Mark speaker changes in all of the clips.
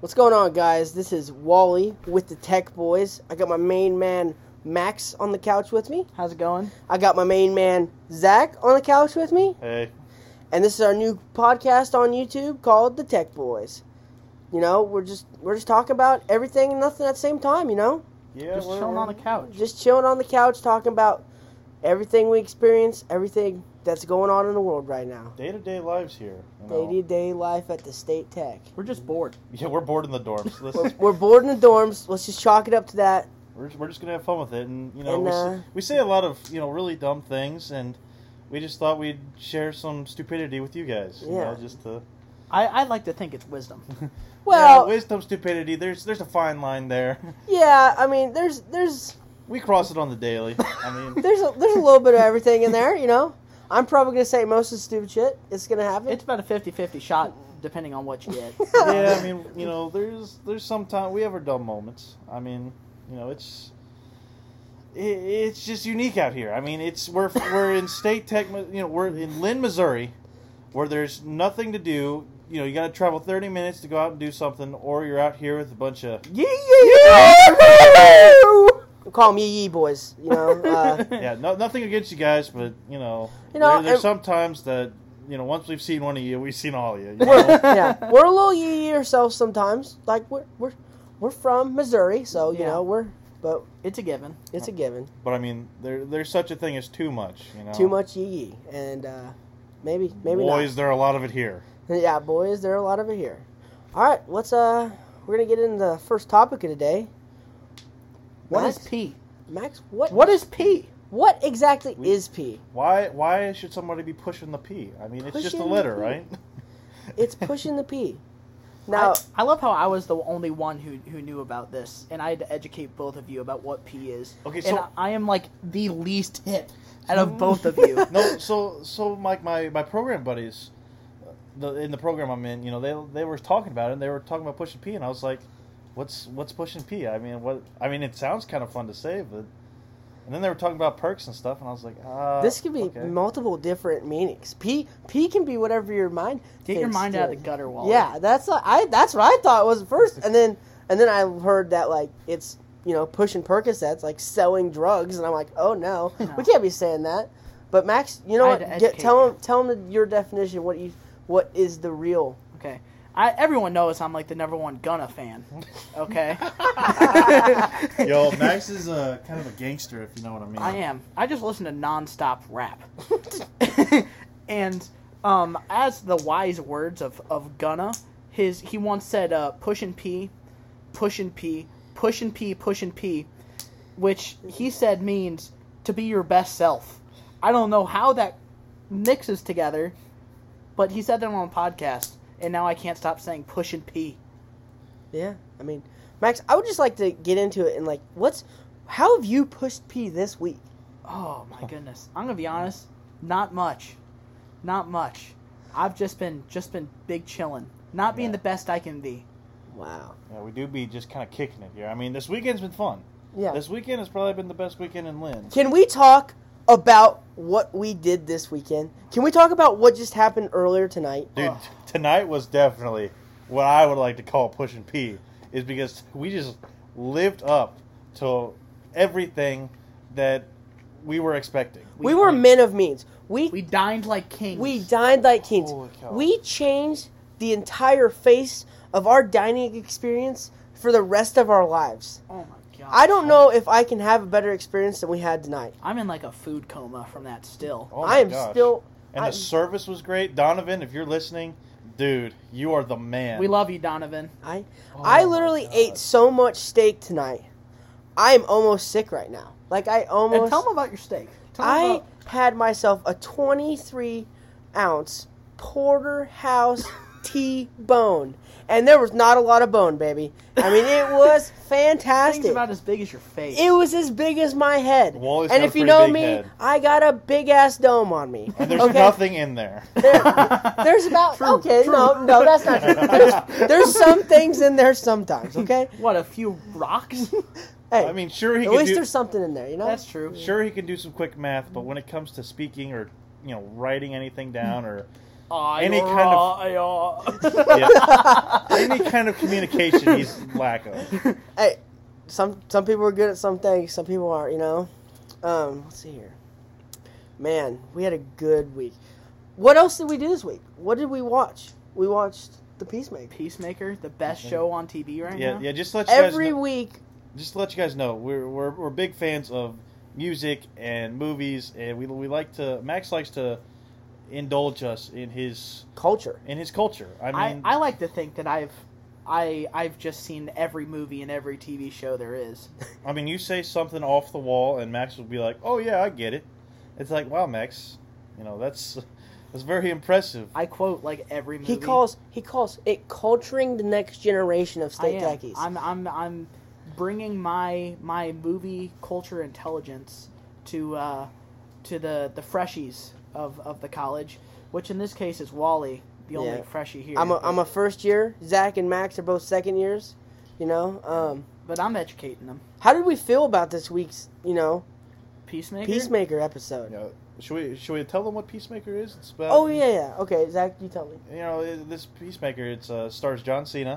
Speaker 1: What's going on, guys? This is Wally with the Tech Boys. I got my main man Max on the couch with me.
Speaker 2: How's it going?
Speaker 1: I got my main man Zach on the couch with me.
Speaker 3: Hey,
Speaker 1: And this is our new podcast on YouTube called The Tech Boys. You know, we're just we're just talking about everything and nothing at the same time. You know,
Speaker 3: yeah,
Speaker 2: Just
Speaker 3: we're,
Speaker 2: chilling on the couch.
Speaker 1: just chilling on the couch talking about everything we experience, everything that's going on in the world right now.
Speaker 3: day to day lives here. you know.
Speaker 1: Day to day life at the State Tech.
Speaker 2: We're just bored.
Speaker 3: Yeah, we're bored in the dorms.
Speaker 1: We're,
Speaker 3: Listen,
Speaker 1: we're bored in the dorms. Let's just chalk it up to that.
Speaker 3: we're, we're just gonna have fun with it, and you know,
Speaker 1: And,
Speaker 3: we, s-
Speaker 1: uh,
Speaker 3: we say a lot of you know really dumb things, and we just thought we'd share some stupidity with you guys. you
Speaker 1: Yeah.
Speaker 3: know, just to
Speaker 2: I, I like to think it's wisdom.
Speaker 1: Well,
Speaker 3: yeah, wisdom, stupidity. There's there's a fine line there.
Speaker 1: Yeah, I mean, there's there's
Speaker 3: We cross it on the daily. I mean,
Speaker 1: there's a, there's a little bit of everything in there, you know. I'm probably gonna say most of the stupid shit. It's gonna happen.
Speaker 2: It's about a 50-50 shot, depending on what you get.
Speaker 3: yeah, I mean, you know, there's there's sometimes we have our dumb moments. I mean, you know, it's it, it's just unique out here. I mean, it's we're we're in state tech, you know, we're in Lynn, Missouri, where there's nothing to do. You know, you got to travel 30 minutes to go out and do something, or you're out here with a bunch of
Speaker 2: yeah, yeah,
Speaker 1: Call them yee yee boys, you know. Uh,
Speaker 3: yeah, no, nothing against you guys, but you know,
Speaker 1: You know,
Speaker 3: there- there's
Speaker 1: and-
Speaker 3: sometimes that you know, once we've seen one of you, we've seen all of you. you
Speaker 1: we're,
Speaker 3: know?
Speaker 1: yeah, we're a little yee yee ourselves sometimes. Like we're we're we're from Missouri, so you
Speaker 2: Yeah.
Speaker 1: know we're. But
Speaker 2: It's a given.
Speaker 1: it's a given.
Speaker 3: but I mean, there there's such a thing as too much. You know,
Speaker 1: Too much yee yee, and uh, maybe maybe
Speaker 3: Boys,
Speaker 1: not.
Speaker 3: there are a lot of it here.
Speaker 1: Yeah, boys, there are a lot of it here. All right, let's uh, we're gonna get into the first topic of today.
Speaker 2: What is
Speaker 1: Max,
Speaker 2: P?
Speaker 1: Max? What
Speaker 2: What is P?
Speaker 1: What exactly
Speaker 3: We-
Speaker 1: is pee?
Speaker 3: Why why should somebody be pushing the P? I mean, it's just a
Speaker 1: Pushing
Speaker 3: letter,
Speaker 1: the P.
Speaker 3: right?
Speaker 1: It's pushing the pee. Now,
Speaker 2: I, I love how I was the only one who, who knew about this, and I had to educate both of you about what P is.
Speaker 3: Okay,
Speaker 2: and
Speaker 3: so-
Speaker 2: I, I am like the least hip out of both of you.
Speaker 3: no, so so like my my program buddies uh, the, in the program I'm in, you know, they they were talking about it and they were talking about pushing P and I was like, what's what's pushing P? I mean, what I mean, it sounds kind of fun to say, but and then they were talking about perks and stuff and I was like, uh,
Speaker 2: Oh,
Speaker 1: this could be
Speaker 3: okay.
Speaker 1: multiple different meanings. P P can be whatever your mind.
Speaker 2: Get your
Speaker 1: thinks
Speaker 2: mind
Speaker 1: to-
Speaker 2: out of the gutter wall.
Speaker 1: Yeah, that's what I. That's what I thought was at first, and then and then I heard that like it's you know pushing Percocets, like selling drugs, and I'm like, oh no,
Speaker 2: No.
Speaker 1: we can't be saying that. But Max, you know
Speaker 2: I had
Speaker 1: what?
Speaker 2: to
Speaker 1: Get,
Speaker 2: educate
Speaker 1: tell
Speaker 2: you.
Speaker 1: him tell him your definition. What you what is the real?
Speaker 2: Okay. I, everyone knows I'm like the number one Gunna fan. Okay.
Speaker 3: Yo, Max is a kind of a gangster if you know what I mean.
Speaker 2: I am. I just listen to nonstop rap. and um, as the wise words of, of Gunna, his he once said, uh, "Push and pee, push and pee, push and pee, push and pee," which he said means to be your best self. I don't know how that mixes together, but he said that on a podcast, and now I can't stop saying push and pee.
Speaker 1: Yeah, I mean, Max, I would just like to get into it and like, what's how have you pushed P this week?
Speaker 2: Oh my goodness. I'm gonna be honest, not much. Not much. I've just been just been big chillin'. Not being
Speaker 3: Yeah.
Speaker 2: the best I can be.
Speaker 1: Wow.
Speaker 3: Yeah, we do be just kind of kicking it here. I mean, this weekend's been fun.
Speaker 1: Yeah.
Speaker 3: This weekend has probably been the best weekend in Lynn.
Speaker 1: Can we talk about what we did this weekend? Can we talk about what just happened earlier tonight?
Speaker 3: Dude,
Speaker 2: Ugh.
Speaker 3: t- tonight was definitely what I would like to call push and pee, is because we just lived up to everything that we were expecting.
Speaker 1: We, were men of means. We
Speaker 2: We
Speaker 1: we,
Speaker 2: dined like kings.
Speaker 1: dined like kings.
Speaker 3: Holy cow.
Speaker 1: We changed the entire face of our dining experience for the rest of our lives.
Speaker 2: Oh my god.
Speaker 1: I don't know if I can have a better experience than we had tonight.
Speaker 2: I'm in like a food coma from that still.
Speaker 3: Oh my
Speaker 1: I am
Speaker 3: gosh.
Speaker 1: still
Speaker 3: And
Speaker 1: I-
Speaker 3: the service was great. Donovan, if you're listening, dude, you are the man.
Speaker 2: We love you, Donovan.
Speaker 1: I I
Speaker 3: Oh my
Speaker 1: literally
Speaker 3: God.
Speaker 1: ate so much steak tonight. I am almost sick right now. Like I almost
Speaker 2: And tell them about your steak. Tell 'em
Speaker 1: I
Speaker 2: about-
Speaker 1: had myself a 23 ounce porterhouse T bone, and there was not a lot of bone, baby. I mean, it was
Speaker 2: things
Speaker 1: fantastic.
Speaker 2: about as big as your face.
Speaker 1: It was as big as my head,
Speaker 3: Wally's
Speaker 1: and
Speaker 3: got a
Speaker 1: if you
Speaker 3: pretty
Speaker 1: know
Speaker 3: big
Speaker 1: me,
Speaker 3: head.
Speaker 1: I got a big ass dome on me.
Speaker 3: And there's
Speaker 1: okay?
Speaker 3: nothing in there.
Speaker 1: There- there's about
Speaker 2: True,
Speaker 1: okay,
Speaker 2: true.
Speaker 1: no, no, that's not true. There's, there's some things in there sometimes, okay.
Speaker 2: What, a few rocks?
Speaker 1: Hey,
Speaker 3: I mean, sure he
Speaker 1: at
Speaker 3: can
Speaker 1: least
Speaker 3: do,
Speaker 1: there's something in there, you know.
Speaker 2: That's true.
Speaker 3: sure he can do some quick math, but when it comes to speaking or you know writing anything down or Any kind of-
Speaker 2: of
Speaker 3: Yeah. Any kind of communication he's lack of.
Speaker 1: Hey, some some people are good at some things, some people aren't. You know. Um, let's see here. Man, we had a good week. What else did we do this week? What did we watch? We watched The Peacemaker.
Speaker 2: Peacemaker, the best show on TV right
Speaker 3: Yeah,
Speaker 2: now.
Speaker 3: yeah. Just to let you
Speaker 1: Every
Speaker 3: guys know,
Speaker 1: week,
Speaker 3: just to let you guys know, we're, we're we're big fans of music and movies, and we we like to Max likes to indulge us in his
Speaker 1: culture.
Speaker 3: in his culture. I
Speaker 2: I,
Speaker 3: mean,
Speaker 2: I like to think that I've I I've just seen every movie and every TV show there is.
Speaker 3: I mean, you say something off the wall, and Max will be like, "Oh yeah, I get it." It's like, "Wow, Max, you know that's that's very impressive."
Speaker 2: I quote like every movie.
Speaker 1: He calls he calls it culturing the next generation of
Speaker 2: I
Speaker 1: state
Speaker 2: am.
Speaker 1: techies.
Speaker 2: I'm I'm I'm bringing my my movie culture intelligence to uh, to the the freshies of, of the college, which in this case is Wally, the only
Speaker 1: Yeah.
Speaker 2: freshie here.
Speaker 1: I'm a, I'm a first year. Zach and Max are both second years. You know. Um,
Speaker 2: but I'm educating them.
Speaker 1: how did we feel about this week's you know
Speaker 2: Peacemaker.
Speaker 1: Peacemaker episode?
Speaker 3: You know, should we should we tell them what Peacemaker is? It's about
Speaker 1: Oh yeah, yeah. Okay, Zach, you tell me.
Speaker 3: you know it- this Peacemaker. It's uh, stars John Cena,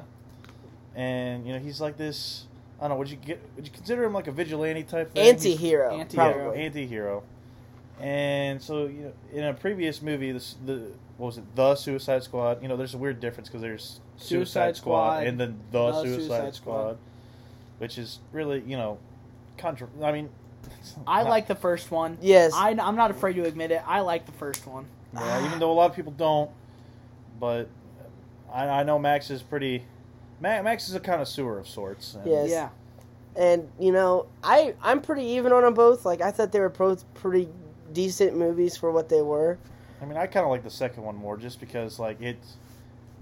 Speaker 3: and you know he's like this. I don't know. Would you get? Would you consider him like a vigilante type? thing? He's-
Speaker 1: Anti-hero,
Speaker 2: Anti-hero.
Speaker 3: Yeah,
Speaker 1: probably.
Speaker 3: anti-hero. And so, you know, in a previous movie, this the what was it, the Suicide Squad? You know, there's a weird difference because there's Suicide,
Speaker 2: Suicide
Speaker 3: Squad,
Speaker 2: Squad,
Speaker 3: and then the,
Speaker 2: The
Speaker 3: Suicide,
Speaker 2: Suicide
Speaker 3: Squad,
Speaker 2: Squad.
Speaker 3: which is really, you know, contra. I mean, it's
Speaker 2: I
Speaker 3: not-
Speaker 2: like the first one.
Speaker 1: Yes.
Speaker 2: I, I'm not afraid to admit it. I like the first one.
Speaker 3: yeah, even though a lot of people don't, but I, I know Max is pretty. Ma- Max is a connoisseur of sorts. And,
Speaker 1: Yes.
Speaker 2: Yeah.
Speaker 1: and you know I I'm pretty even on them both. Like I thought they were both pretty decent movies for what they were.
Speaker 3: I mean, I kind of like the second one more, just because like it's,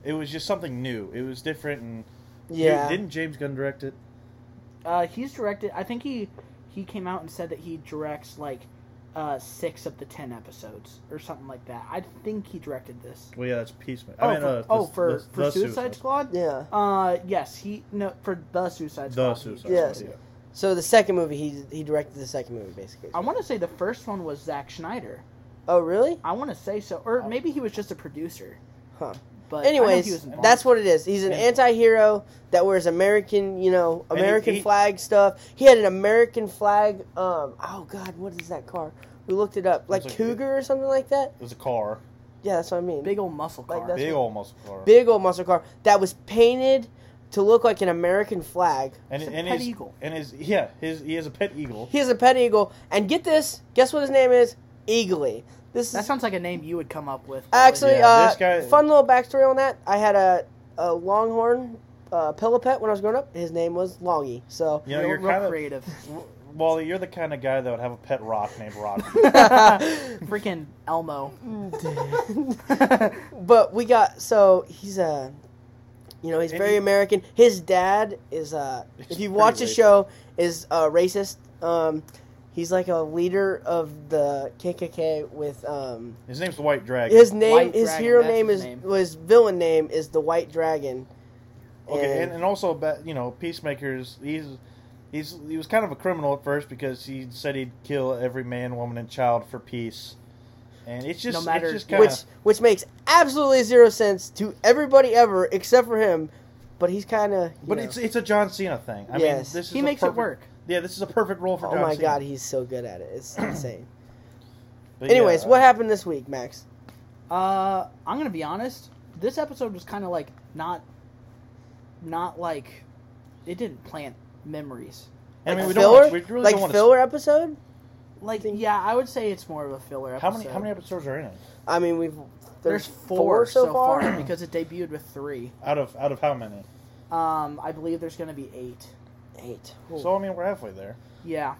Speaker 3: it was just something new. It was different and.
Speaker 1: Yeah.
Speaker 3: Didn't James Gunn direct it?
Speaker 2: Uh, he's directed. I think he he came out and said that he directs like uh, six of the ten episodes or something like that. I think he directed this.
Speaker 3: Well, yeah, that's Peacemaker.
Speaker 2: Oh,
Speaker 3: I mean,
Speaker 2: for,
Speaker 3: uh, the-
Speaker 2: oh, for,
Speaker 3: the-
Speaker 2: for
Speaker 3: the
Speaker 2: Suicide, Squad.
Speaker 1: Yeah.
Speaker 2: Uh, yes, he no for the Suicide Squad.
Speaker 3: The
Speaker 2: he
Speaker 3: Suicide
Speaker 2: directed.
Speaker 1: Yes.
Speaker 3: Squad. yeah.
Speaker 1: So the second movie he he directed the second movie basically.
Speaker 2: I want to say the first one was Zack Schneider.
Speaker 1: oh really?
Speaker 2: I want to say so, or maybe he was just a producer.
Speaker 1: Huh.
Speaker 2: But I know he was
Speaker 1: Oh. Anyways,
Speaker 2: involved.
Speaker 1: that's what it is. He's an
Speaker 3: Yeah.
Speaker 1: anti-hero that wears American, you know,
Speaker 3: And he-
Speaker 1: American
Speaker 3: he-
Speaker 1: flag stuff. He had an American flag. Um, oh God, what is that car? We looked it up, like
Speaker 3: It's like-
Speaker 1: Cougar or something like that.
Speaker 3: It was a car,
Speaker 1: Yeah, that's what I mean.
Speaker 2: big old muscle
Speaker 1: Like,
Speaker 2: car.
Speaker 1: that's-
Speaker 3: big
Speaker 1: what-
Speaker 3: old muscle car.
Speaker 1: big old muscle car that was painted to look like an American flag.
Speaker 3: and,
Speaker 2: It's a
Speaker 3: and
Speaker 2: pet
Speaker 3: his,
Speaker 2: eagle.
Speaker 3: And his yeah, his he has a pet eagle.
Speaker 1: He has a pet eagle, and get this, guess what his name is? Eagly. This
Speaker 2: that
Speaker 1: is
Speaker 2: sounds like a name you would come up with.
Speaker 1: actually
Speaker 3: Yeah,
Speaker 1: uh,
Speaker 3: this guy-
Speaker 1: fun little backstory on that. I had a, a longhorn uh, pillow pet when I was growing up. His name was Longy. So
Speaker 3: You know,
Speaker 2: Real-
Speaker 3: you're
Speaker 2: real
Speaker 3: kind of
Speaker 2: creative.
Speaker 3: Well, you're the kind of guy that would have a pet rock named Rocky.
Speaker 2: Freaking Elmo.
Speaker 1: Mm. but we got so he's uh, you know he's
Speaker 3: And
Speaker 1: very
Speaker 3: he-
Speaker 1: American. His dad is uh,
Speaker 3: He's
Speaker 1: if you
Speaker 3: pretty
Speaker 1: watch the
Speaker 3: racist.
Speaker 1: show, is uh, racist. Um, he's like a leader of the KKK with um,
Speaker 3: his name's White Dragon.
Speaker 1: his name,
Speaker 2: White
Speaker 1: his
Speaker 2: Dragon,
Speaker 1: hero
Speaker 2: that's
Speaker 1: name
Speaker 2: his
Speaker 1: is
Speaker 2: name.
Speaker 1: well, his villain name is the White Dragon.
Speaker 3: okay, and, and also ba- you know peacemakers. He's he's he was kind of a criminal at first because he said he'd kill every man, woman, and child for peace. And it's just
Speaker 2: No matter-
Speaker 3: it's just
Speaker 1: which
Speaker 3: kind of
Speaker 1: which makes absolutely zero sense to everybody ever except for him. But he's kind of
Speaker 3: But it's it's a John Cena thing. I
Speaker 1: Yes.
Speaker 3: mean, this is
Speaker 2: He
Speaker 3: a
Speaker 2: makes it
Speaker 3: perfect-
Speaker 2: work.
Speaker 3: Yeah, this is a perfect role for
Speaker 1: oh
Speaker 3: John
Speaker 1: my
Speaker 3: Cena.
Speaker 1: god, he's so good at it. It's insane.
Speaker 3: But
Speaker 1: Anyways,
Speaker 3: yeah,
Speaker 1: what happened this week, Max?
Speaker 2: Uh, I'm gonna be honest. This episode was kind of like not, not like, it didn't plant memories.
Speaker 3: I mean, we don't.
Speaker 1: filler,
Speaker 3: we really
Speaker 1: like
Speaker 3: don't want to
Speaker 1: filler episode.
Speaker 2: Like, yeah, I would say it's more of a filler episode.
Speaker 3: How many how many episodes are in it?
Speaker 1: I mean, we've
Speaker 2: There's four, so far, because it debuted with three.
Speaker 3: Out of out of how many?
Speaker 2: Um, I believe there's gonna be eight.
Speaker 1: Eight. Ooh.
Speaker 3: So I mean, we're halfway there,
Speaker 2: Yeah,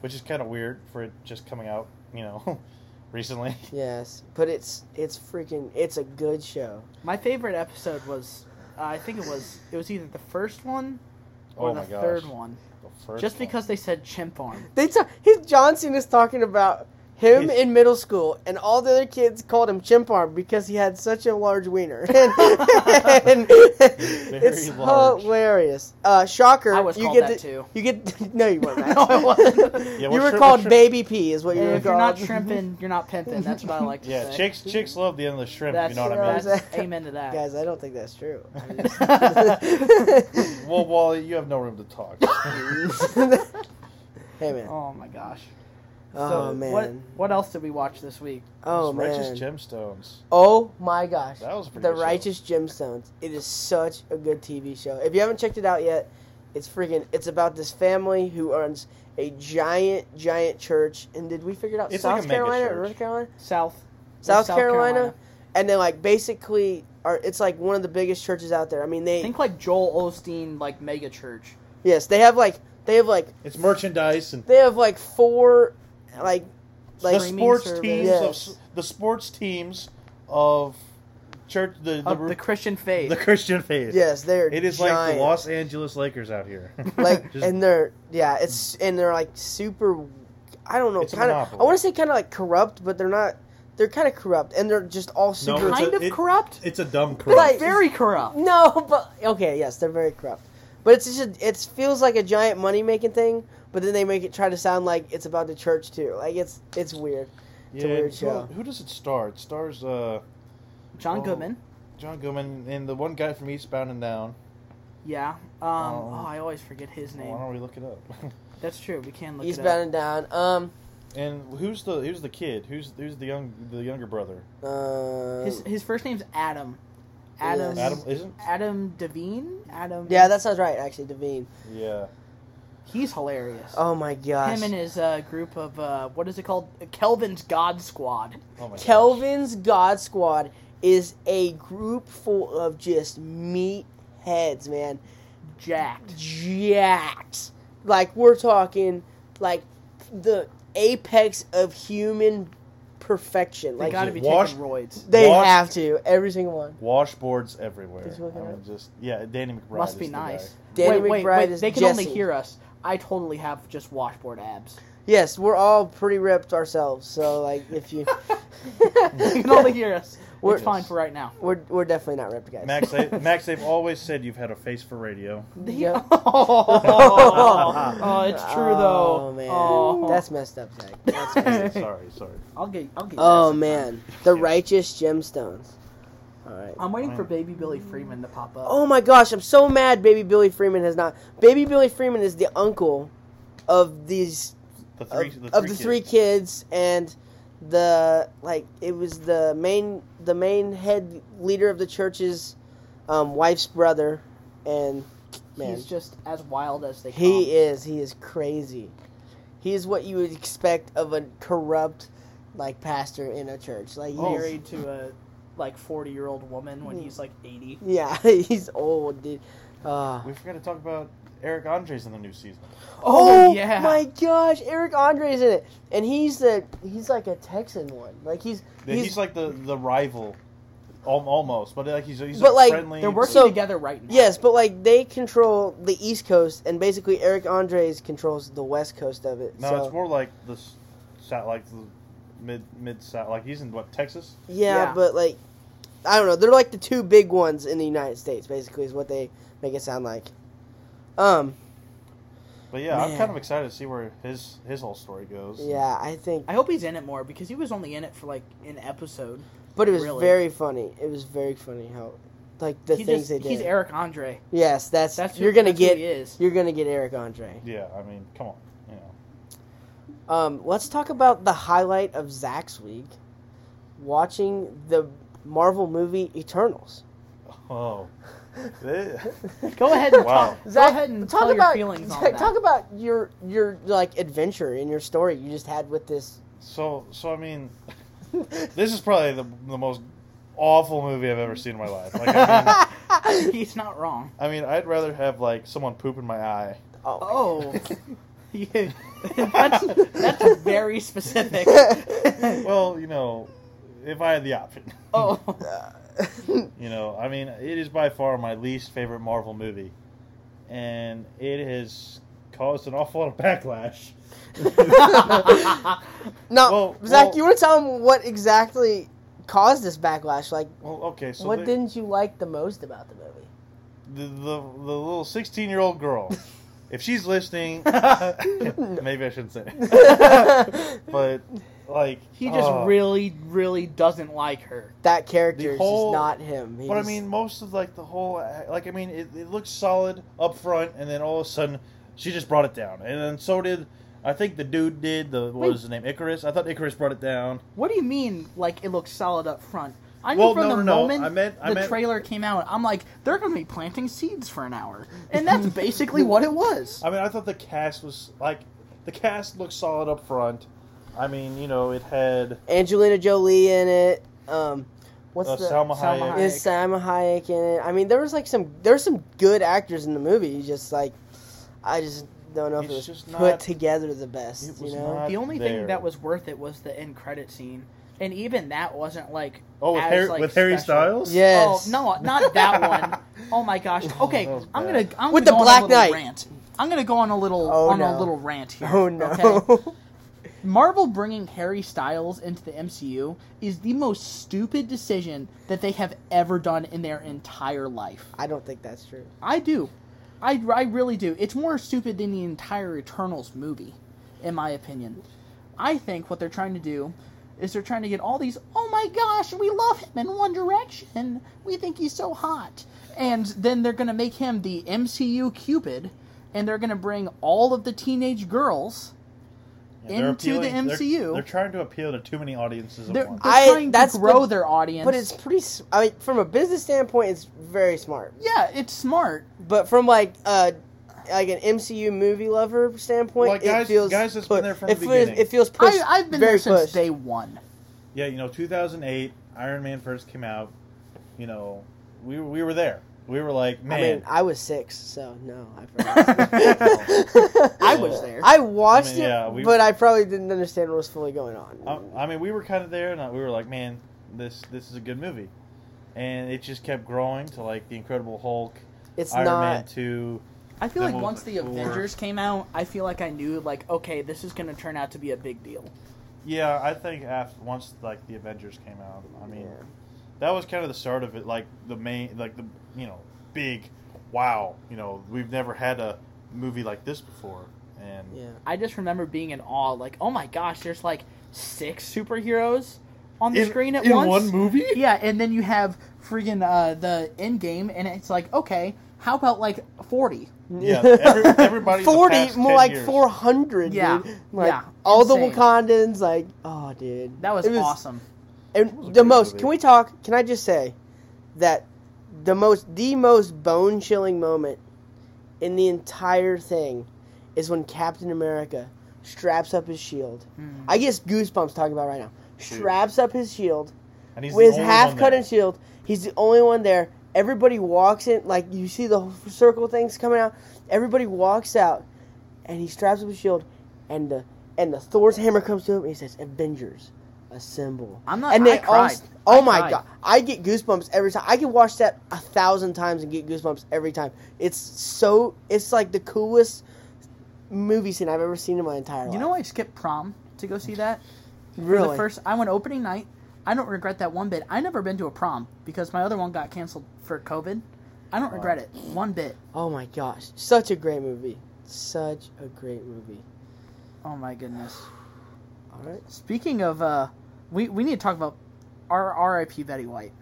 Speaker 3: which is kind of weird for it just coming out, you know, recently.
Speaker 1: yes, but it's it's freaking it's a good show.
Speaker 2: my favorite episode was, uh, I think it was it was either the first one or
Speaker 3: Oh
Speaker 2: the
Speaker 3: my gosh.
Speaker 2: third one.
Speaker 3: The first
Speaker 2: Just
Speaker 3: one.
Speaker 2: because they said chimp farm.
Speaker 1: They talk, his Johnson is talking about Him
Speaker 3: He's-
Speaker 1: in middle school, and all the other kids called him Chimparm because he had such a large wiener. And it's
Speaker 3: large.
Speaker 1: hilarious. Uh, shocker!
Speaker 2: I was
Speaker 1: you
Speaker 2: called
Speaker 1: get
Speaker 2: that
Speaker 1: to-
Speaker 2: too.
Speaker 1: You get no, you weren't. Max.
Speaker 2: No, I wasn't.
Speaker 3: Yeah,
Speaker 1: you
Speaker 3: we're
Speaker 1: were
Speaker 3: shrimp-
Speaker 1: called
Speaker 3: we're shrimp-
Speaker 1: Baby P, is what you were
Speaker 2: if
Speaker 1: called.
Speaker 2: you're not shrimping, you're not pimping. That's what I like to
Speaker 3: Oh Yeah,
Speaker 2: say.
Speaker 3: chicks chicks love the end of the shrimp.
Speaker 2: That's,
Speaker 3: you know what I
Speaker 1: right.
Speaker 3: mean?
Speaker 2: that's
Speaker 1: mean?
Speaker 2: amen to that.
Speaker 1: Guys, I don't think that's true.
Speaker 3: Well, Wally, you have no room to talk.
Speaker 1: hey man.
Speaker 2: Oh my gosh.
Speaker 1: Oh,
Speaker 2: so
Speaker 1: man.
Speaker 2: What what else did we watch this week?
Speaker 1: oh man.
Speaker 3: Righteous Gemstones.
Speaker 1: Oh my gosh.
Speaker 3: That was a pretty
Speaker 1: The
Speaker 3: good show.
Speaker 1: Righteous Gemstones. It is such a good TV show. If you haven't checked it out yet, it's freaking it's about this family who owns a giant, giant church. And did we figure it out
Speaker 3: It's
Speaker 1: South
Speaker 3: like a mega
Speaker 1: Carolina or
Speaker 3: church.
Speaker 1: North Carolina?
Speaker 2: South
Speaker 1: South, Carolina. And they like basically are it's like one of the biggest churches out there. I mean
Speaker 2: I
Speaker 1: they
Speaker 2: think like Joel Osteen like mega church.
Speaker 1: yes, they have like they have like
Speaker 3: It's merchandise and
Speaker 1: they have like four like like
Speaker 3: the sports
Speaker 2: service.
Speaker 3: teams
Speaker 1: Yes.
Speaker 3: of the sports teams of church the the,
Speaker 2: Of the Christian faith.
Speaker 3: the Christian faith.
Speaker 1: yes, they're
Speaker 3: It is like
Speaker 1: giant.
Speaker 3: the Los Angeles Lakers out here.
Speaker 1: like
Speaker 3: Just-
Speaker 1: and they're yeah it's and they're like super i don't know
Speaker 3: It's a
Speaker 1: kind of
Speaker 3: monopoly.
Speaker 1: i want to say kind of like corrupt but they're not they're kind of corrupt and they're just all
Speaker 3: No,
Speaker 1: super
Speaker 3: it's
Speaker 2: Kind
Speaker 3: a-
Speaker 2: of
Speaker 3: it-
Speaker 2: corrupt?
Speaker 3: It's a dumb
Speaker 2: They're
Speaker 3: crew.
Speaker 1: Like-
Speaker 2: very corrupt.
Speaker 1: no but okay yes they're very corrupt but it's just a, it feels like a giant money making thing but then they make it try to sound like it's about the church too like it's it's weird it's a
Speaker 3: Yeah,
Speaker 1: weird
Speaker 3: who-
Speaker 1: show.
Speaker 3: Who does it star? It stars uh,
Speaker 2: John
Speaker 3: Oh.
Speaker 2: Goodman.
Speaker 3: John Goodman and the one guy from Eastbound and Down.
Speaker 2: Yeah. Um,
Speaker 3: Um,
Speaker 2: oh, I always forget his
Speaker 3: Why
Speaker 2: name.
Speaker 3: don't we look it up?
Speaker 2: That's true. We can look it
Speaker 1: eastbound
Speaker 2: up.
Speaker 1: and down um
Speaker 3: and who's the who's the kid? Who's who's the young the younger brother?
Speaker 1: uh,
Speaker 2: His his first name's Adam. Adam.
Speaker 1: Yes.
Speaker 3: Adam isn't?
Speaker 2: Adam Devine. Adam.
Speaker 1: yeah that sounds right actually devine
Speaker 3: Yeah.
Speaker 2: He's hilarious.
Speaker 1: oh my gosh
Speaker 2: Him and his uh, group of uh, what is it called? Kelvin's God Squad.
Speaker 3: Oh my. gosh.
Speaker 1: Kelvin's God Squad is a group full of just meat heads, man.
Speaker 2: Jacked.
Speaker 1: Jacked. Like we're talking like the apex of human perfection.
Speaker 2: They
Speaker 1: Like
Speaker 2: gotta be
Speaker 3: Wash-
Speaker 2: taking roids.
Speaker 1: they
Speaker 3: What?
Speaker 1: have to, every single one.
Speaker 3: Washboards everywhere.
Speaker 1: He's looking
Speaker 3: I mean,
Speaker 1: up.
Speaker 3: just yeah, Danny McBride.
Speaker 2: Must
Speaker 3: is
Speaker 2: be
Speaker 3: the
Speaker 2: nice.
Speaker 3: guy.
Speaker 1: Danny
Speaker 2: wait, wait,
Speaker 1: McBride
Speaker 2: wait.
Speaker 1: is
Speaker 2: they can only
Speaker 1: Jesse.
Speaker 2: hear us. I totally have just washboard abs.
Speaker 1: Yes, we're all pretty ripped ourselves, so like if you
Speaker 2: They can only hear us.
Speaker 1: We're-
Speaker 2: it's fine for right now.
Speaker 1: we're we're definitely not ripped guys.
Speaker 3: Max, they, Max, they've always said you've had a face for radio.
Speaker 1: Yeah.
Speaker 2: oh, it's true though.
Speaker 1: Oh man.
Speaker 2: Oh.
Speaker 1: That's messed up, Zach. That's messed up.
Speaker 3: Yeah, sorry, sorry.
Speaker 2: I'll get. I'll get.
Speaker 1: Oh
Speaker 2: that.
Speaker 1: man, the righteous gemstones. All right.
Speaker 2: I'm waiting for Baby Billy Freeman to pop up.
Speaker 1: Oh my gosh, I'm so mad. Baby Billy Freeman has not. Baby Billy Freeman is the uncle of these
Speaker 3: The three,
Speaker 1: of,
Speaker 3: the three
Speaker 1: of the
Speaker 3: kids.
Speaker 1: three kids and the like. It was the main the main head leader of the church's um, wife's brother, and man,
Speaker 2: He's just as wild as they.
Speaker 1: he
Speaker 2: come.
Speaker 1: is he is crazy. He is what you would expect of a corrupt like pastor in a church. Like
Speaker 3: Oh.
Speaker 1: he's-
Speaker 2: married to a like 40 year old woman
Speaker 1: Hmm.
Speaker 2: when he's like 80.
Speaker 1: Yeah, he's old, dude. Uh,
Speaker 3: We forgot to talk about Eric Andre's in the new season.
Speaker 1: oh my gosh, Eric Andre's in it, and he's the he's like a Texan one. Like he's
Speaker 3: Yeah, He's, like the the rival, al- almost, but like he's he's
Speaker 1: But,
Speaker 3: a
Speaker 1: like,
Speaker 3: friendly.
Speaker 2: They're working
Speaker 1: So-
Speaker 2: together right now.
Speaker 1: yes, but like they control the East Coast, and basically Eric Andre's controls the West Coast of it.
Speaker 3: No,
Speaker 1: so,
Speaker 3: it's more like the s- sat like the mid mid sat like he's in what Texas.
Speaker 1: yeah,
Speaker 2: yeah.
Speaker 1: but like I don't know, they're like the two big ones in the United States. Basically, is what they make it sound like. Um,
Speaker 3: But yeah, I'm
Speaker 1: Man.
Speaker 3: kind of excited to see where his his whole story goes.
Speaker 1: yeah, I think,
Speaker 2: I hope he's in it more because he was only in it for like an episode.
Speaker 1: but it was
Speaker 2: really.
Speaker 1: very funny. It was very funny how, like the
Speaker 2: he
Speaker 1: things
Speaker 2: just,
Speaker 1: they did.
Speaker 2: He's Eric Andre.
Speaker 1: yes, that's,
Speaker 2: That's who,
Speaker 1: you're gonna
Speaker 2: that's who
Speaker 1: get
Speaker 2: he is.
Speaker 1: you're gonna get Eric Andre.
Speaker 3: Yeah, I mean, come on, you know.
Speaker 1: Um, let's talk about the highlight of Zach's week, watching the Marvel movie Eternals.
Speaker 3: Oh, They-
Speaker 2: Go ahead and
Speaker 3: Wow.
Speaker 2: talk. go ahead and tell your feelings on that.
Speaker 1: talk about your your like adventure and your story you just had with this.
Speaker 3: so so I mean, this is probably the the most awful movie I've ever seen in my life. Like, I mean,
Speaker 1: Oh.
Speaker 2: he's not wrong.
Speaker 3: I mean, I'd rather have like someone poop in my eye.
Speaker 1: Oh,
Speaker 2: Oh. Yeah. that's, that's very specific.
Speaker 3: Well, you know, if I had the option.
Speaker 2: Oh.
Speaker 3: You know, I mean, it is by far my least favorite Marvel movie, and it has caused an awful lot of backlash.
Speaker 1: Now,
Speaker 3: Well,
Speaker 1: Zach,
Speaker 3: well-
Speaker 1: you want to tell them what exactly caused this backlash? Like,
Speaker 3: Well, okay, so
Speaker 1: what
Speaker 3: the,
Speaker 1: didn't you like the most about the movie?
Speaker 3: the, the the little sixteen year old girl, if she's listening, maybe I shouldn't say, but like
Speaker 2: He just
Speaker 3: uh,
Speaker 2: really, really doesn't like her.
Speaker 1: that character is
Speaker 3: whole-
Speaker 1: just not him. He's,
Speaker 3: But I mean, most of like the whole like I mean, it, it looks solid up front, and then all of a sudden she just brought it down, and then so did I think the dude did the what
Speaker 2: Wait.
Speaker 3: was his name Icarus. I thought Icarus brought it down.
Speaker 2: What do you mean? Like it looks solid up front? I knew
Speaker 3: Well,
Speaker 2: from
Speaker 3: no,
Speaker 2: the
Speaker 3: no, no.
Speaker 2: moment
Speaker 3: I meant- I
Speaker 2: the
Speaker 3: meant-
Speaker 2: trailer came out, I'm like, they're gonna be planting seeds for an hour, and that's basically what it was.
Speaker 3: I mean, I thought the cast was like the cast looked solid up front. I mean, you know, it had
Speaker 1: Angelina Jolie in it. Um, what's
Speaker 3: uh,
Speaker 1: the
Speaker 3: Salma
Speaker 2: Salma
Speaker 3: Hayek.
Speaker 2: Hayek.
Speaker 1: is Salma Hayek in it? I mean, there was like some there's some good actors in the movie. You just like, I just don't know if
Speaker 3: It's
Speaker 1: it was
Speaker 3: just
Speaker 1: put
Speaker 3: not-
Speaker 1: together the best.
Speaker 3: it was
Speaker 1: you know,
Speaker 3: not-
Speaker 2: The only
Speaker 3: there.
Speaker 2: thing that was worth it was the end credit scene, and even that wasn't like
Speaker 3: Oh, with,
Speaker 2: as,
Speaker 3: Harry,
Speaker 2: like,
Speaker 3: with Harry
Speaker 2: special.
Speaker 3: Styles.
Speaker 1: yes,
Speaker 2: Oh no, not that one. Oh my gosh. Okay,
Speaker 3: That was
Speaker 2: I'm gonna.
Speaker 3: bad.
Speaker 2: I'm
Speaker 1: With the
Speaker 2: gonna go on
Speaker 1: Black
Speaker 2: a little
Speaker 1: Knight.
Speaker 2: rant. I'm gonna go on a little
Speaker 1: Oh,
Speaker 2: on
Speaker 1: no.
Speaker 2: a little rant here.
Speaker 1: oh no,
Speaker 2: Okay? Marvel bringing Harry Styles into the MCU is the most stupid decision that they have ever done in their entire life.
Speaker 1: I don't think that's true.
Speaker 2: I do. I, I really do. It's more stupid than the entire Eternals movie, in my opinion. I think what they're trying to do is they're trying to get all these, oh my gosh, we love him in One Direction. We think he's so hot. And then they're going to make him the MCU Cupid, and they're going to bring all of the teenage girls.
Speaker 3: And they're
Speaker 2: Into the
Speaker 3: appealing- they're-
Speaker 2: MCU.
Speaker 3: They're, trying to appeal to too many audiences at
Speaker 2: They're, they're
Speaker 3: once.
Speaker 1: I-
Speaker 2: trying
Speaker 1: that's
Speaker 2: to grow
Speaker 1: the-
Speaker 2: their audience.
Speaker 1: But it's pretty. s- I mean, from a business standpoint, it's very smart.
Speaker 2: yeah, it's smart.
Speaker 1: But from like uh like an MCU movie lover standpoint,
Speaker 3: Like, guys-
Speaker 1: it feels
Speaker 3: guys that's
Speaker 1: pu-
Speaker 3: been there from
Speaker 1: it
Speaker 3: the
Speaker 1: feels,
Speaker 3: beginning.
Speaker 1: It feels pushed.
Speaker 2: I, I've been
Speaker 1: very
Speaker 2: there since
Speaker 1: pushed.
Speaker 2: day one.
Speaker 3: Yeah, you know, 2008, Iron Man first came out. You know, we were- we were there. We were like, man,
Speaker 1: I mean, I was six, so no, I probably.
Speaker 2: I
Speaker 1: I
Speaker 2: was there.
Speaker 1: I watched
Speaker 3: I mean, yeah,
Speaker 1: it,
Speaker 3: we-
Speaker 1: but I probably didn't understand what was fully going on.
Speaker 3: I, I mean, we were kind of there, and I- we were like, man, this this is a good movie, and it just kept growing to like the Incredible Hulk,
Speaker 1: it's
Speaker 3: Iron
Speaker 1: not.
Speaker 3: Man two.
Speaker 2: I feel
Speaker 3: That
Speaker 2: like
Speaker 3: one
Speaker 2: once
Speaker 3: was
Speaker 2: the
Speaker 3: like four.
Speaker 2: Avengers came out, I feel like I knew like okay, this is going to turn out to be a big deal.
Speaker 3: Yeah, I think after once like the Avengers came out, I mean,
Speaker 1: Yeah.
Speaker 3: that was kind of the start of it. Like the main, like the you know, big, wow, you know, we've never had a movie like this before, and
Speaker 1: Yeah.
Speaker 2: I just remember being in awe, like oh my gosh, there's like six superheroes on the
Speaker 3: In-
Speaker 2: screen at
Speaker 3: in
Speaker 2: once.
Speaker 3: one movie.
Speaker 2: Yeah, and then you have friggin' uh, the end game, and it's like okay, how about like forty?
Speaker 3: Yeah, every, everybody.
Speaker 1: Forty, more like
Speaker 3: four.
Speaker 1: four hundred.
Speaker 2: Yeah.
Speaker 1: dude. like
Speaker 2: Yeah.
Speaker 1: all
Speaker 2: Insane.
Speaker 1: the Wakandans. Like, oh, dude,
Speaker 2: That was,
Speaker 1: It
Speaker 2: awesome.
Speaker 1: And
Speaker 3: was a
Speaker 1: the
Speaker 3: great
Speaker 1: most,
Speaker 3: movie.
Speaker 1: can we talk? Can I just say that the most, the most bone chilling moment in the entire thing is when Captain America straps up his shield. I guess goosebumps talking about it right now. Straps up his shield
Speaker 3: And he's the
Speaker 1: with his
Speaker 3: only
Speaker 1: half
Speaker 3: one
Speaker 1: cut
Speaker 3: there.
Speaker 1: and shield. He's the only one there. Everybody walks in, like you see the whole circle things coming out. Everybody walks out, and he straps up his shield, and the and the Thor's hammer comes to him, and he says, "Avengers, assemble."
Speaker 2: I'm not-
Speaker 1: And
Speaker 2: I
Speaker 1: they all,
Speaker 2: cried.
Speaker 1: s- oh
Speaker 2: I
Speaker 1: my
Speaker 2: cried.
Speaker 1: god, I get goosebumps every time. I can watch that a thousand times and get goosebumps every time. It's so, it's like the coolest movie scene I've ever seen in my entire life.
Speaker 2: You know, I skipped prom to go see that.
Speaker 1: really?
Speaker 2: For the first, I went opening night. I don't regret that one bit. I never been to a prom because my other one got canceled for COVID. I don't regret it one bit.
Speaker 1: oh my gosh, such a great movie. Such a great movie.
Speaker 2: Oh my goodness.
Speaker 1: All right.
Speaker 2: Speaking of, uh, we we need to talk about our RIP Betty White.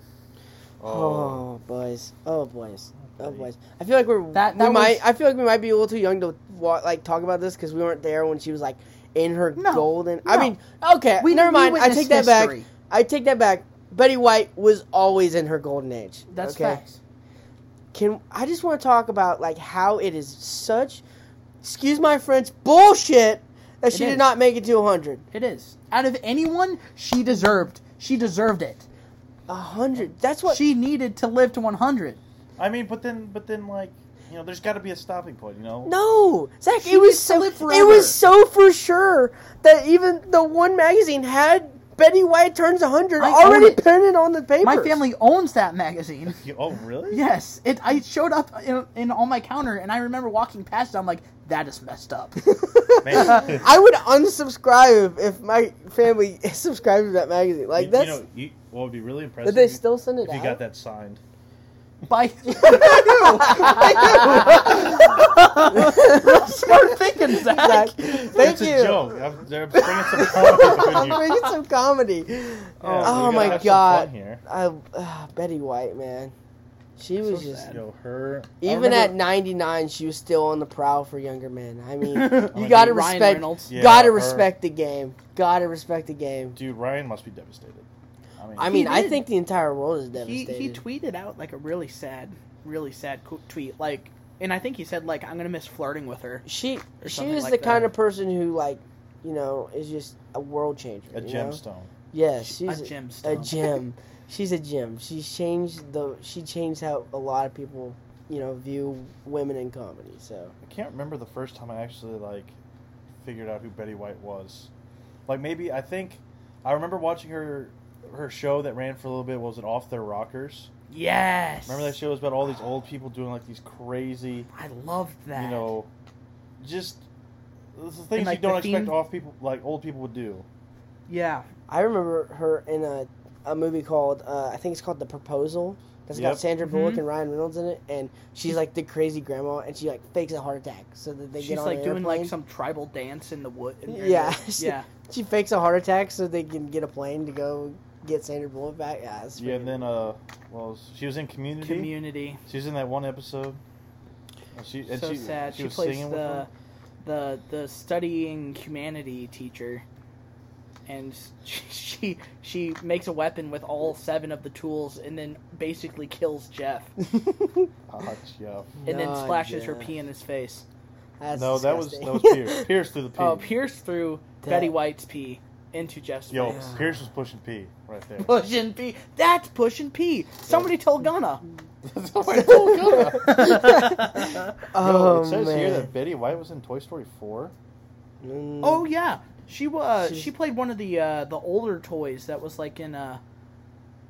Speaker 1: Oh, boys! Oh boys! Oh boys! I feel like we're
Speaker 2: That-
Speaker 1: that,
Speaker 2: that
Speaker 1: we might.
Speaker 2: was-
Speaker 1: I feel like we might be a little too young to wa- like talk about this because we weren't there when she was like in her
Speaker 2: No,
Speaker 1: golden. I
Speaker 2: no.
Speaker 1: mean, okay,
Speaker 2: We-
Speaker 1: never
Speaker 2: we
Speaker 1: mind. I
Speaker 2: witnessed
Speaker 1: take that
Speaker 2: history.
Speaker 1: back. I take that back. Betty White was always in her golden age.
Speaker 2: That's
Speaker 1: okay?
Speaker 2: facts.
Speaker 1: Can I just want to talk about like how it is such, excuse my French, bullshit that
Speaker 2: It
Speaker 1: she
Speaker 2: is.
Speaker 1: did not make it to hundred.
Speaker 2: It is. Out of anyone, she deserved. She deserved it.
Speaker 1: A hundred. That's what
Speaker 2: She needed to live to 100.
Speaker 3: I mean, but then, but then, like, you know, there's got to be a stopping point, you know.
Speaker 1: No, Zach.
Speaker 2: She
Speaker 1: it was
Speaker 2: needs to
Speaker 1: so.
Speaker 2: live
Speaker 1: It
Speaker 2: forever.
Speaker 1: was so for sure that even the one magazine had Betty White turns 100
Speaker 2: I own
Speaker 1: already
Speaker 2: it.
Speaker 1: printed on the paper.
Speaker 2: My family owns that magazine.
Speaker 3: You- oh, really?
Speaker 2: Yes, it. I showed up in, in on my counter, and I remember walking past it. I'm like, that is messed up.
Speaker 3: Man.
Speaker 1: I would unsubscribe if my family subscribed to that magazine.
Speaker 3: You-
Speaker 1: Like
Speaker 3: you,
Speaker 1: that's
Speaker 3: know, you, what would be really impressive
Speaker 1: did they
Speaker 3: if you-
Speaker 1: still send it
Speaker 3: if
Speaker 1: out?
Speaker 3: you got that signed.
Speaker 2: By smart thinking, Zach.
Speaker 1: Zach, thank
Speaker 3: it's
Speaker 1: you.
Speaker 3: a joke. I'm, they're bringing some fun
Speaker 1: I'm
Speaker 3: you.
Speaker 1: bringing some comedy.
Speaker 3: Yeah,
Speaker 1: oh
Speaker 3: we gotta
Speaker 1: my
Speaker 3: have some
Speaker 1: God.
Speaker 3: fun here.
Speaker 1: I, uh, Betty White, man, she was just
Speaker 3: Yo, her. I
Speaker 1: even at
Speaker 3: remember-
Speaker 1: 99, she was still on the prowl for younger men. I mean, you
Speaker 3: mean,
Speaker 1: gotta
Speaker 2: Ryan
Speaker 1: respect,
Speaker 2: Reynolds.
Speaker 3: Yeah,
Speaker 1: gotta
Speaker 3: her-
Speaker 1: respect the game. Gotta respect the game.
Speaker 3: Dude, Ryan must be devastated. I mean,
Speaker 1: I
Speaker 2: He
Speaker 1: mean, I
Speaker 2: did.
Speaker 1: think the entire world is
Speaker 2: He
Speaker 1: devastated.
Speaker 2: he tweeted out like a really sad, really sad co- tweet. Like, and I think he said like, I'm gonna miss flirting with her.
Speaker 1: she
Speaker 2: or
Speaker 1: she
Speaker 2: something
Speaker 1: is
Speaker 2: like
Speaker 1: the
Speaker 2: that.
Speaker 1: kind of person who like, you know, is just a world changer.
Speaker 3: a
Speaker 1: you know?
Speaker 3: gemstone.
Speaker 1: Yes, she's
Speaker 2: a
Speaker 1: a
Speaker 2: gemstone.
Speaker 1: a gem. She's a gem. She's changed the. She changed how a lot of people, you know, view women in comedy. So
Speaker 3: I can't remember the first time I actually like figured out who Betty White was. Like maybe I think I remember watching her her show that ran for a little bit. What was it Off Their Rockers?
Speaker 2: Yes.
Speaker 3: Remember that show was about all these old people doing like these crazy,
Speaker 2: I loved that.
Speaker 3: you know, just the things
Speaker 2: like,
Speaker 3: you don't
Speaker 2: the
Speaker 3: expect
Speaker 2: theme-
Speaker 3: off people like old people would do.
Speaker 2: Yeah.
Speaker 1: I remember her in a a movie called uh, I think it's called The Proposal. That's
Speaker 3: Yep.
Speaker 1: got Sandra Bullock
Speaker 2: Mhm.
Speaker 1: and Ryan Reynolds in it, and she's like the crazy grandma, and she like fakes a heart attack so that they
Speaker 2: She's
Speaker 1: get on
Speaker 2: like
Speaker 1: an
Speaker 2: doing like
Speaker 1: airplane.
Speaker 2: some tribal dance in the wood. in- in
Speaker 1: Yeah.
Speaker 2: the- yeah.
Speaker 1: She fakes a heart attack so they can get a plane to go get Sandra Bullock back. Yeah, that's
Speaker 3: Yeah,
Speaker 1: freaking-
Speaker 3: and then uh, well, she was in Community.
Speaker 2: Community.
Speaker 3: She's in that one episode. And she and
Speaker 2: so
Speaker 3: she,
Speaker 2: sad.
Speaker 3: She,
Speaker 2: She,
Speaker 3: was
Speaker 2: plays
Speaker 3: singing with
Speaker 2: the,
Speaker 3: them.
Speaker 2: the the studying humanity teacher, and she, she she makes a weapon with all seven of the tools, and then basically kills Jeff,
Speaker 3: Ah, yeah.
Speaker 2: and then
Speaker 1: Nah,
Speaker 2: splashes her
Speaker 1: Jeff.
Speaker 2: pee in his face.
Speaker 1: That's
Speaker 3: no, that was
Speaker 1: disgusting.
Speaker 3: that was Pierce. Pierce through the P.
Speaker 2: Oh, Pierce threw Betty White's pee into Jeff's
Speaker 3: Yo,
Speaker 2: face.
Speaker 3: Pierce was pushing P right there.
Speaker 2: Pushing pee. That's pushing pee. Somebody told Gunna.
Speaker 1: oh
Speaker 2: Oh,
Speaker 3: Yo, it says
Speaker 1: man.
Speaker 3: here that Betty White was in Toy Story four.
Speaker 1: Mm.
Speaker 2: Oh yeah, she was.
Speaker 1: She's-
Speaker 2: she played one of the uh, the older toys that was like in uh,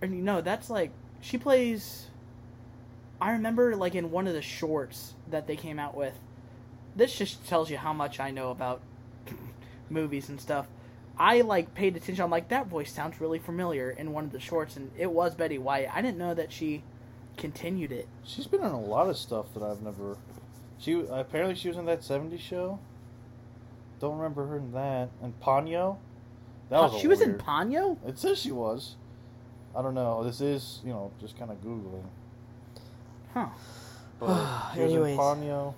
Speaker 2: or, no, that's like she plays. I remember like in one of the shorts that they came out with. This just tells you how much I know about movies and stuff. I like paid attention. I'm like that voice sounds really familiar in one of the shorts, and it was Betty White. I didn't know that she continued it.
Speaker 3: She's been in a lot of stuff that I've never. She apparently she was in that '70s show. Don't remember her in that. And Ponyo. That was. a
Speaker 2: she was in
Speaker 3: weird-
Speaker 2: Ponyo.
Speaker 3: It says she was. I don't know. This is you know just kind of googling.
Speaker 2: Huh.
Speaker 3: But she was in
Speaker 1: Anyways.
Speaker 3: Ponyo.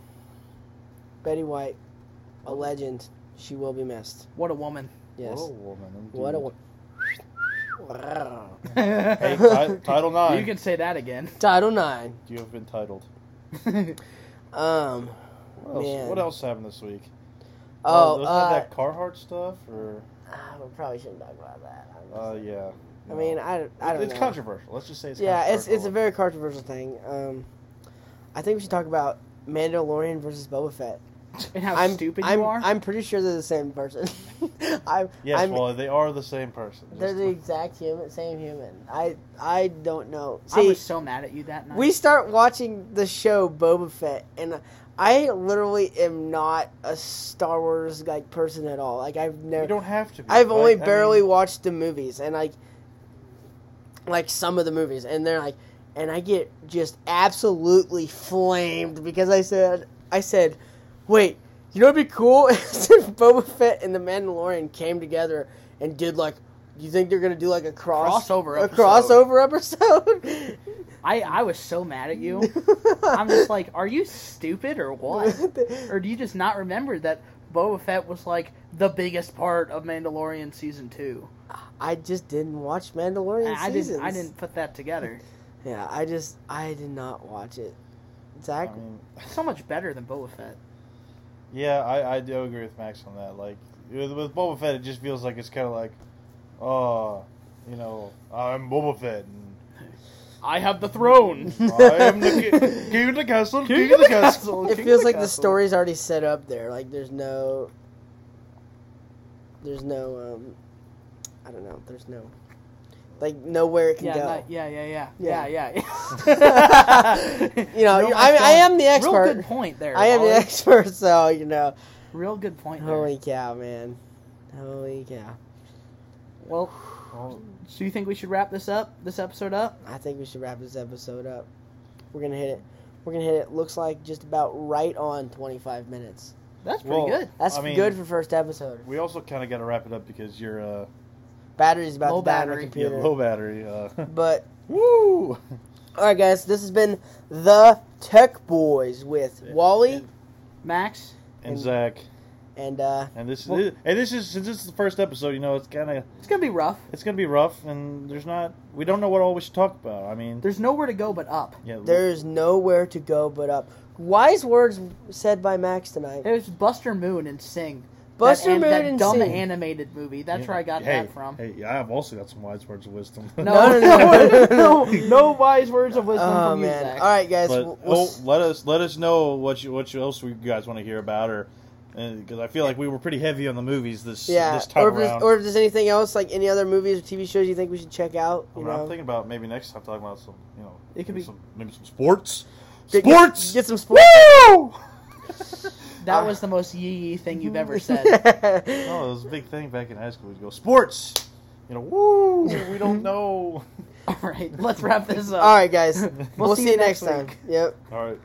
Speaker 1: Betty White, a legend. She will be missed.
Speaker 2: What a woman.
Speaker 1: Yes.
Speaker 3: What a woman. Indeed.
Speaker 1: What a wo-
Speaker 3: Hey, ti- Title Nine.
Speaker 2: You can say that again.
Speaker 1: Title Nine.
Speaker 3: You have been titled.
Speaker 1: Um.
Speaker 3: What else,
Speaker 1: Man.
Speaker 3: what else happened this week?
Speaker 1: Oh.
Speaker 3: was
Speaker 1: uh,
Speaker 3: that, that Carhartt stuff or?
Speaker 1: ah, we probably shouldn't talk about that. I'm just-
Speaker 3: Uh, yeah.
Speaker 1: I mean, I, I don't
Speaker 3: it's
Speaker 1: know.
Speaker 3: controversial. Let's just say it's
Speaker 1: yeah, it's it's a
Speaker 3: controversial.
Speaker 1: very controversial thing. Um, I think we should talk about Mandalorian versus Boba Fett.
Speaker 2: And how
Speaker 1: I'm
Speaker 2: stupid
Speaker 1: I'm,
Speaker 2: you are.
Speaker 1: I'm pretty sure they're the same person. I'm,
Speaker 3: Yes,
Speaker 1: I'm,
Speaker 3: well, they are the same person.
Speaker 1: they're
Speaker 3: Just-
Speaker 1: the exact human, same human. I I don't know.
Speaker 2: I
Speaker 1: See,
Speaker 2: was so mad at you that night.
Speaker 1: we start watching the show Boba Fett, and I literally am not a Star Wars like person at all. Like I've
Speaker 3: you
Speaker 1: never,
Speaker 3: don't have to. Be.
Speaker 1: I've
Speaker 3: Like,
Speaker 1: only
Speaker 3: I mean,
Speaker 1: barely watched the movies, and like, like some of the movies, and they're like, and I get just absolutely flamed because I said, I said, wait, you know what'd be cool is if Boba Fett and the Mandalorian came together and did like. You think they're gonna do like a cross
Speaker 2: Crossover
Speaker 1: a
Speaker 2: episode.
Speaker 1: crossover episode?
Speaker 2: I, I was so mad at you. I'm just like, are you stupid or what? Or do you just not remember that Boba Fett was like the biggest part of Mandalorian season two?
Speaker 1: I just didn't watch Mandalorian
Speaker 2: And I
Speaker 1: seasons.
Speaker 2: didn't I didn't put that together.
Speaker 1: Yeah, I just I did not watch it.
Speaker 3: I
Speaker 1: Zach,
Speaker 3: mean,
Speaker 2: So much better than Boba Fett.
Speaker 3: yeah, I, I do agree with Max on that. Like with, with Boba Fett, it just feels like it's kind of like, oh, you know, I'm Boba Fett. And,
Speaker 2: I have the throne.
Speaker 3: I am the ki- king of the castle. King, of the castle.
Speaker 1: it feels like the story's already set up there. Like there's no, there's no um, I don't know. There's no, like nowhere it can
Speaker 2: Yeah,
Speaker 1: go.
Speaker 2: not- yeah, yeah, yeah,
Speaker 1: Yeah.
Speaker 2: yeah, yeah.
Speaker 1: You know,
Speaker 2: No,
Speaker 1: you- I-
Speaker 2: that's
Speaker 1: I
Speaker 2: a
Speaker 1: am the expert.
Speaker 2: Real good point there.
Speaker 1: I am the
Speaker 2: Ollie.
Speaker 1: expert, so you know.
Speaker 2: Real good point there.
Speaker 1: Holy cow, man! Holy cow!
Speaker 2: Well,
Speaker 3: Oh,
Speaker 2: so you think we should wrap this up? This episode up?
Speaker 1: I think we should wrap this episode up. We're gonna hit it. We're gonna hit it. Looks like just about right on 25 minutes.
Speaker 2: That's pretty
Speaker 3: Well,
Speaker 2: good.
Speaker 1: That's
Speaker 3: I mean-
Speaker 1: good for first episode.
Speaker 3: We also kind of got to wrap it up because you're uh,
Speaker 1: Battery's about
Speaker 2: Low
Speaker 1: to die on my
Speaker 2: battery.
Speaker 1: computer.
Speaker 3: low battery. Uh,
Speaker 1: But
Speaker 3: woo!
Speaker 1: all right, guys, this has been the Tech Boys with Wally
Speaker 2: Max,
Speaker 3: And Zach,
Speaker 1: and uh,
Speaker 3: and this
Speaker 2: Well-
Speaker 3: is and this is since this is the first episode. You know, it's kind of
Speaker 2: it's gonna be rough.
Speaker 3: it's gonna be rough, and there's not we don't know what all we should talk about. I mean,
Speaker 2: There's nowhere to go but up.
Speaker 3: yeah,
Speaker 1: there's nowhere to go but up. Wise words said by Max tonight.
Speaker 2: It was Buster Moon and Sing.
Speaker 1: Buster
Speaker 2: that, an-
Speaker 1: Moon
Speaker 2: that
Speaker 1: and
Speaker 2: dumb
Speaker 1: Sing.
Speaker 2: animated movie. That's
Speaker 3: yeah.
Speaker 2: where I got
Speaker 3: hey,
Speaker 2: that from.
Speaker 3: Hey, I've also got some wise words of wisdom.
Speaker 2: No, no,
Speaker 1: No, no,
Speaker 2: no,
Speaker 1: no.
Speaker 2: no, no wise words of wisdom
Speaker 1: Oh
Speaker 2: from you,
Speaker 1: man!
Speaker 2: Zach.
Speaker 1: All right, guys.
Speaker 3: But
Speaker 1: we'll- we'll
Speaker 3: oh,
Speaker 1: s-
Speaker 3: let us let us know what you what you else you guys want to hear about, or because I feel like we were pretty heavy on the movies this
Speaker 1: yeah.
Speaker 3: this time
Speaker 1: or, if
Speaker 3: around.
Speaker 1: there's, or if there's anything else, like any other movies or TV shows you think we should check out,
Speaker 3: I
Speaker 1: you
Speaker 3: am
Speaker 1: know,
Speaker 3: thinking about maybe next time talking about some you know
Speaker 2: It could
Speaker 3: maybe
Speaker 2: be-
Speaker 3: some, maybe some sports.
Speaker 1: Get- get-
Speaker 3: sports.
Speaker 1: Get, some sports.
Speaker 3: Woo!
Speaker 2: That was the most yee yee thing you've ever said.
Speaker 3: Oh, it was a big thing back in high school. We'd go sports. You know, woo! We don't know.
Speaker 2: All right, let's wrap this up.
Speaker 1: All right, guys. we'll, see,
Speaker 2: see
Speaker 1: you
Speaker 2: you
Speaker 1: next
Speaker 2: next
Speaker 1: time. Yep.
Speaker 3: All right.